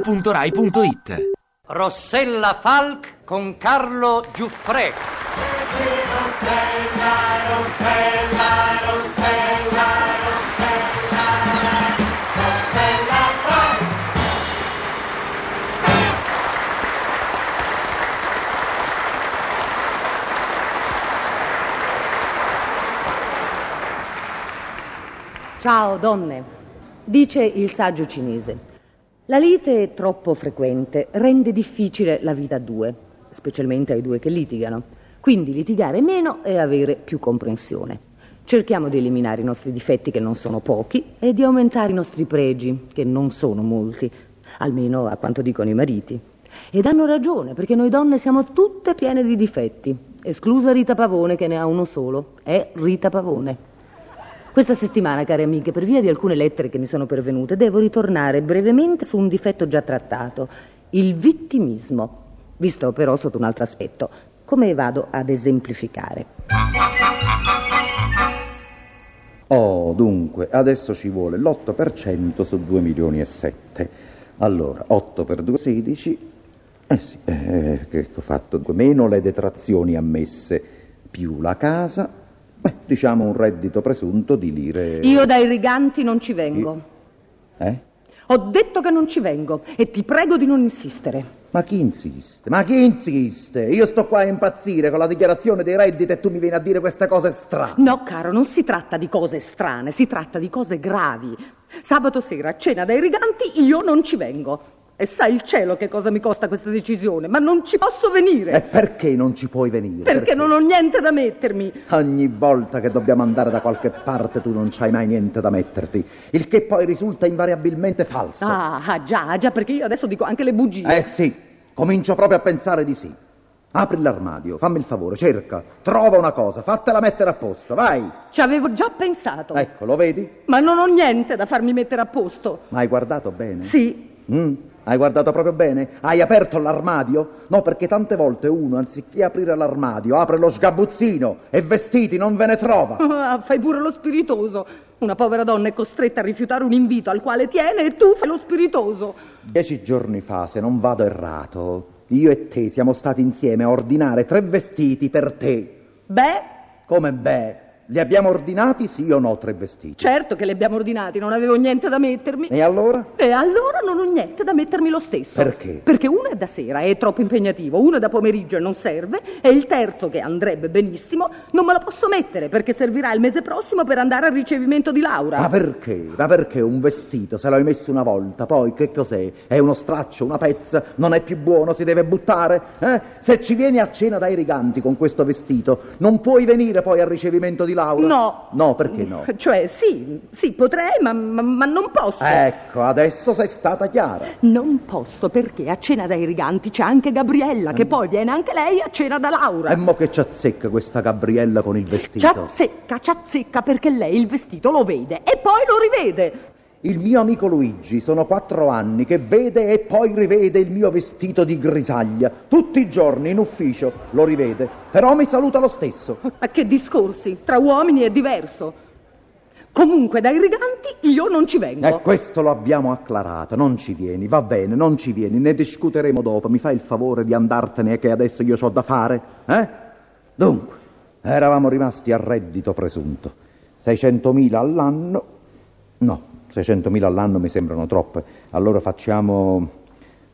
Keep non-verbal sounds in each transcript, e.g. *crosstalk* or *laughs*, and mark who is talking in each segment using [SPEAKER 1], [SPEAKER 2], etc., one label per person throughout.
[SPEAKER 1] radio2pod.rai.it
[SPEAKER 2] Rossella Falk con Carlo Giuffre.
[SPEAKER 3] Ciao donne, dice il saggio cinese. La lite troppo frequente rende difficile la vita a due, specialmente ai due che litigano. Quindi litigare meno e avere più comprensione. Cerchiamo di eliminare i nostri difetti che non sono pochi e di aumentare i nostri pregi, che non sono molti, almeno a quanto dicono i mariti. Ed hanno ragione, perché noi donne siamo tutte piene di difetti, esclusa Rita Pavone che ne ha uno solo. È Rita Pavone. Questa settimana, care amiche, per via di alcune lettere che mi sono pervenute, devo ritornare brevemente su un difetto già trattato, il vittimismo, visto però sotto un altro aspetto. Come vado ad esemplificare?
[SPEAKER 4] Oh, dunque, adesso ci vuole l'8% su 2 milioni e 7. Allora, 8 per 2, 16. Eh sì, eh, che ho fatto? Dunque, Meno le detrazioni ammesse, più la casa, beh, diciamo un reddito presunto di lire...
[SPEAKER 3] Io dai riganti non ci vengo.
[SPEAKER 4] Eh?
[SPEAKER 3] Ho detto che non ci vengo e ti prego di non insistere.
[SPEAKER 4] Ma chi insiste? Ma chi insiste? Io sto qua a impazzire con la dichiarazione dei redditi e tu mi vieni a dire queste cose strane.
[SPEAKER 3] No, caro, non si tratta di cose strane, si tratta di cose gravi. Sabato sera a cena dai riganti io non ci vengo. E sai il cielo che cosa mi costa questa decisione, ma non ci posso venire.
[SPEAKER 4] E Eh, perché non ci puoi venire?
[SPEAKER 3] Perché non ho niente da mettermi.
[SPEAKER 4] Ogni volta che dobbiamo andare da qualche parte tu non c'hai mai niente da metterti, il che poi risulta invariabilmente falso.
[SPEAKER 3] Ah, ah, già, ah, già, perché io adesso dico anche le bugie.
[SPEAKER 4] Eh sì, comincio proprio a pensare di sì. Apri l'armadio, fammi il favore, cerca, trova una cosa, fatela mettere a posto, vai.
[SPEAKER 3] Ci avevo già pensato,
[SPEAKER 4] Ecco, lo vedi?
[SPEAKER 3] ma non ho niente da farmi mettere a posto.
[SPEAKER 4] Ma hai guardato bene?
[SPEAKER 3] Sì,
[SPEAKER 4] Mm, Hai guardato proprio bene? Hai aperto l'armadio? No, perché tante volte uno, anziché aprire l'armadio, apre lo sgabuzzino e vestiti non ve ne trova.
[SPEAKER 3] Ah, fai pure lo spiritoso. Una povera donna è costretta a rifiutare un invito al quale tiene e tu fai lo spiritoso.
[SPEAKER 4] Dieci giorni fa, se non vado errato, io e te siamo stati insieme a ordinare tre vestiti per te.
[SPEAKER 3] Beh,
[SPEAKER 4] Come beh, li abbiamo ordinati sì o no tre vestiti?
[SPEAKER 3] certo che li abbiamo ordinati, non avevo niente da mettermi.
[SPEAKER 4] E allora?
[SPEAKER 3] E allora non ho niente da mettermi lo stesso.
[SPEAKER 4] Perché?
[SPEAKER 3] Perché uno è da sera e è troppo impegnativo, uno è da pomeriggio e non serve, e il terzo, che andrebbe benissimo, non me lo posso mettere perché servirà il mese prossimo per andare al ricevimento di Laura.
[SPEAKER 4] Ma perché? Ma perché un vestito se l'hai messo una volta, poi che cos'è? È uno straccio, una pezza, non è più buono, si deve buttare? Eh? Se ci vieni a cena dai riganti con questo vestito, non puoi venire poi al ricevimento di Laura?
[SPEAKER 3] No.
[SPEAKER 4] No, perché no?
[SPEAKER 3] *laughs* Cioè, sì, sì, potrei, ma, ma- ma non posso.
[SPEAKER 4] Ecco, adesso sei stata chiara.
[SPEAKER 3] Non posso perché a cena dai riganti c'è anche Gabriella,
[SPEAKER 4] Eh.
[SPEAKER 3] che poi viene anche lei a cena da Laura.
[SPEAKER 4] E mo che ci azzecca questa Gabriella con il vestito?
[SPEAKER 3] Ciazzecca, ciazzecca perché lei il vestito lo vede e poi lo rivede.
[SPEAKER 4] Il mio amico Luigi, sono quattro anni che vede e poi rivede il mio vestito di grisaglia. Tutti i giorni in ufficio lo rivede, però mi saluta lo stesso.
[SPEAKER 3] Ma che discorsi, tra uomini è diverso. Comunque dai riganti io non ci vengo.
[SPEAKER 4] E Eh, questo lo abbiamo acclarato, non ci vieni, va bene, non ci vieni, ne discuteremo dopo, mi fai il favore di andartene che adesso io ho da fare, eh? Dunque, eravamo rimasti a reddito presunto, 600.000 all'anno, no, 600.000 all'anno mi sembrano troppe, allora facciamo,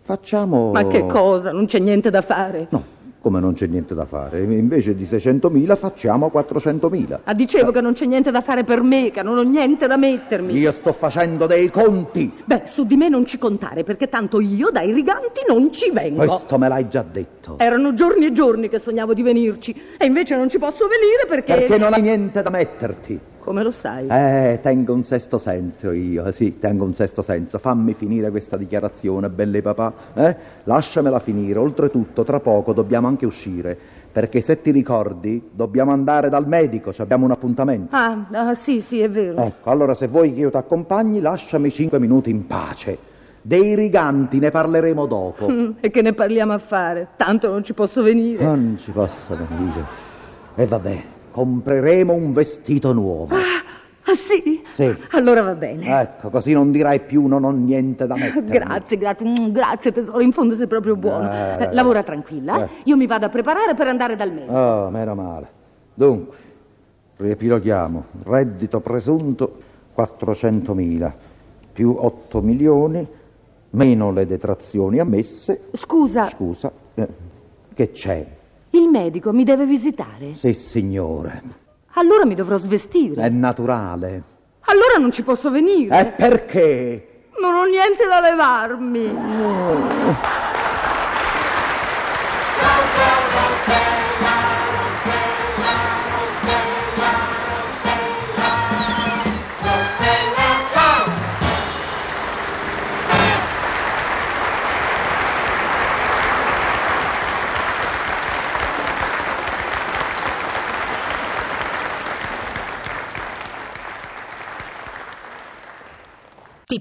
[SPEAKER 4] facciamo...
[SPEAKER 3] Ma che cosa, non c'è niente da fare.
[SPEAKER 4] No, come non c'è niente da fare, invece di 600.000 facciamo 400.000.
[SPEAKER 3] Ah, dicevo che non c'è niente da fare per me, che non ho niente da mettermi.
[SPEAKER 4] Io sto facendo dei conti,
[SPEAKER 3] Beh, su di me non ci contare perché tanto io dai riganti non ci vengo.
[SPEAKER 4] questo me l'hai già detto.
[SPEAKER 3] Erano giorni e giorni che sognavo di venirci e invece non ci posso venire perché...
[SPEAKER 4] Perché non hai niente da metterti.
[SPEAKER 3] Come lo sai?
[SPEAKER 4] Eh, tengo un sesto senso io, sì, tengo un sesto senso. Fammi finire questa dichiarazione, belle papà. Eh? Lasciamela finire. Oltretutto, tra poco dobbiamo anche uscire. Perché se ti ricordi, dobbiamo andare dal medico, ci abbiamo un appuntamento.
[SPEAKER 3] Ah, ah, sì, sì, è vero.
[SPEAKER 4] Ecco, allora se vuoi che io ti accompagni, lasciami cinque minuti in pace. Dei riganti ne parleremo dopo.
[SPEAKER 3] Mm, E che ne parliamo a fare? Tanto non ci posso venire.
[SPEAKER 4] Non ci posso venire. E vabbè, compreremo un vestito nuovo.
[SPEAKER 3] Ah, sì?
[SPEAKER 4] Sì.
[SPEAKER 3] Allora va bene.
[SPEAKER 4] Ecco, così non dirai più non ho niente da mettermi.
[SPEAKER 3] Grazie, grazie, mm, grazie tesoro, in fondo sei proprio buono.
[SPEAKER 4] Eh,
[SPEAKER 3] Eh, Lavora tranquilla, eh.
[SPEAKER 4] eh.
[SPEAKER 3] io mi vado a preparare per andare dal medico.
[SPEAKER 4] Oh, meno male. Dunque, riepiloghiamo. Reddito presunto 400.000, più 8 milioni, meno le detrazioni ammesse.
[SPEAKER 3] Scusa,
[SPEAKER 4] Scusa, eh, che c'è?
[SPEAKER 3] il medico mi deve visitare.
[SPEAKER 4] Sì, signore,
[SPEAKER 3] Allora mi dovrò svestire.
[SPEAKER 4] è naturale.
[SPEAKER 3] Allora non ci posso venire.
[SPEAKER 4] E perché?
[SPEAKER 3] Non ho niente da levarmi.
[SPEAKER 1] Ti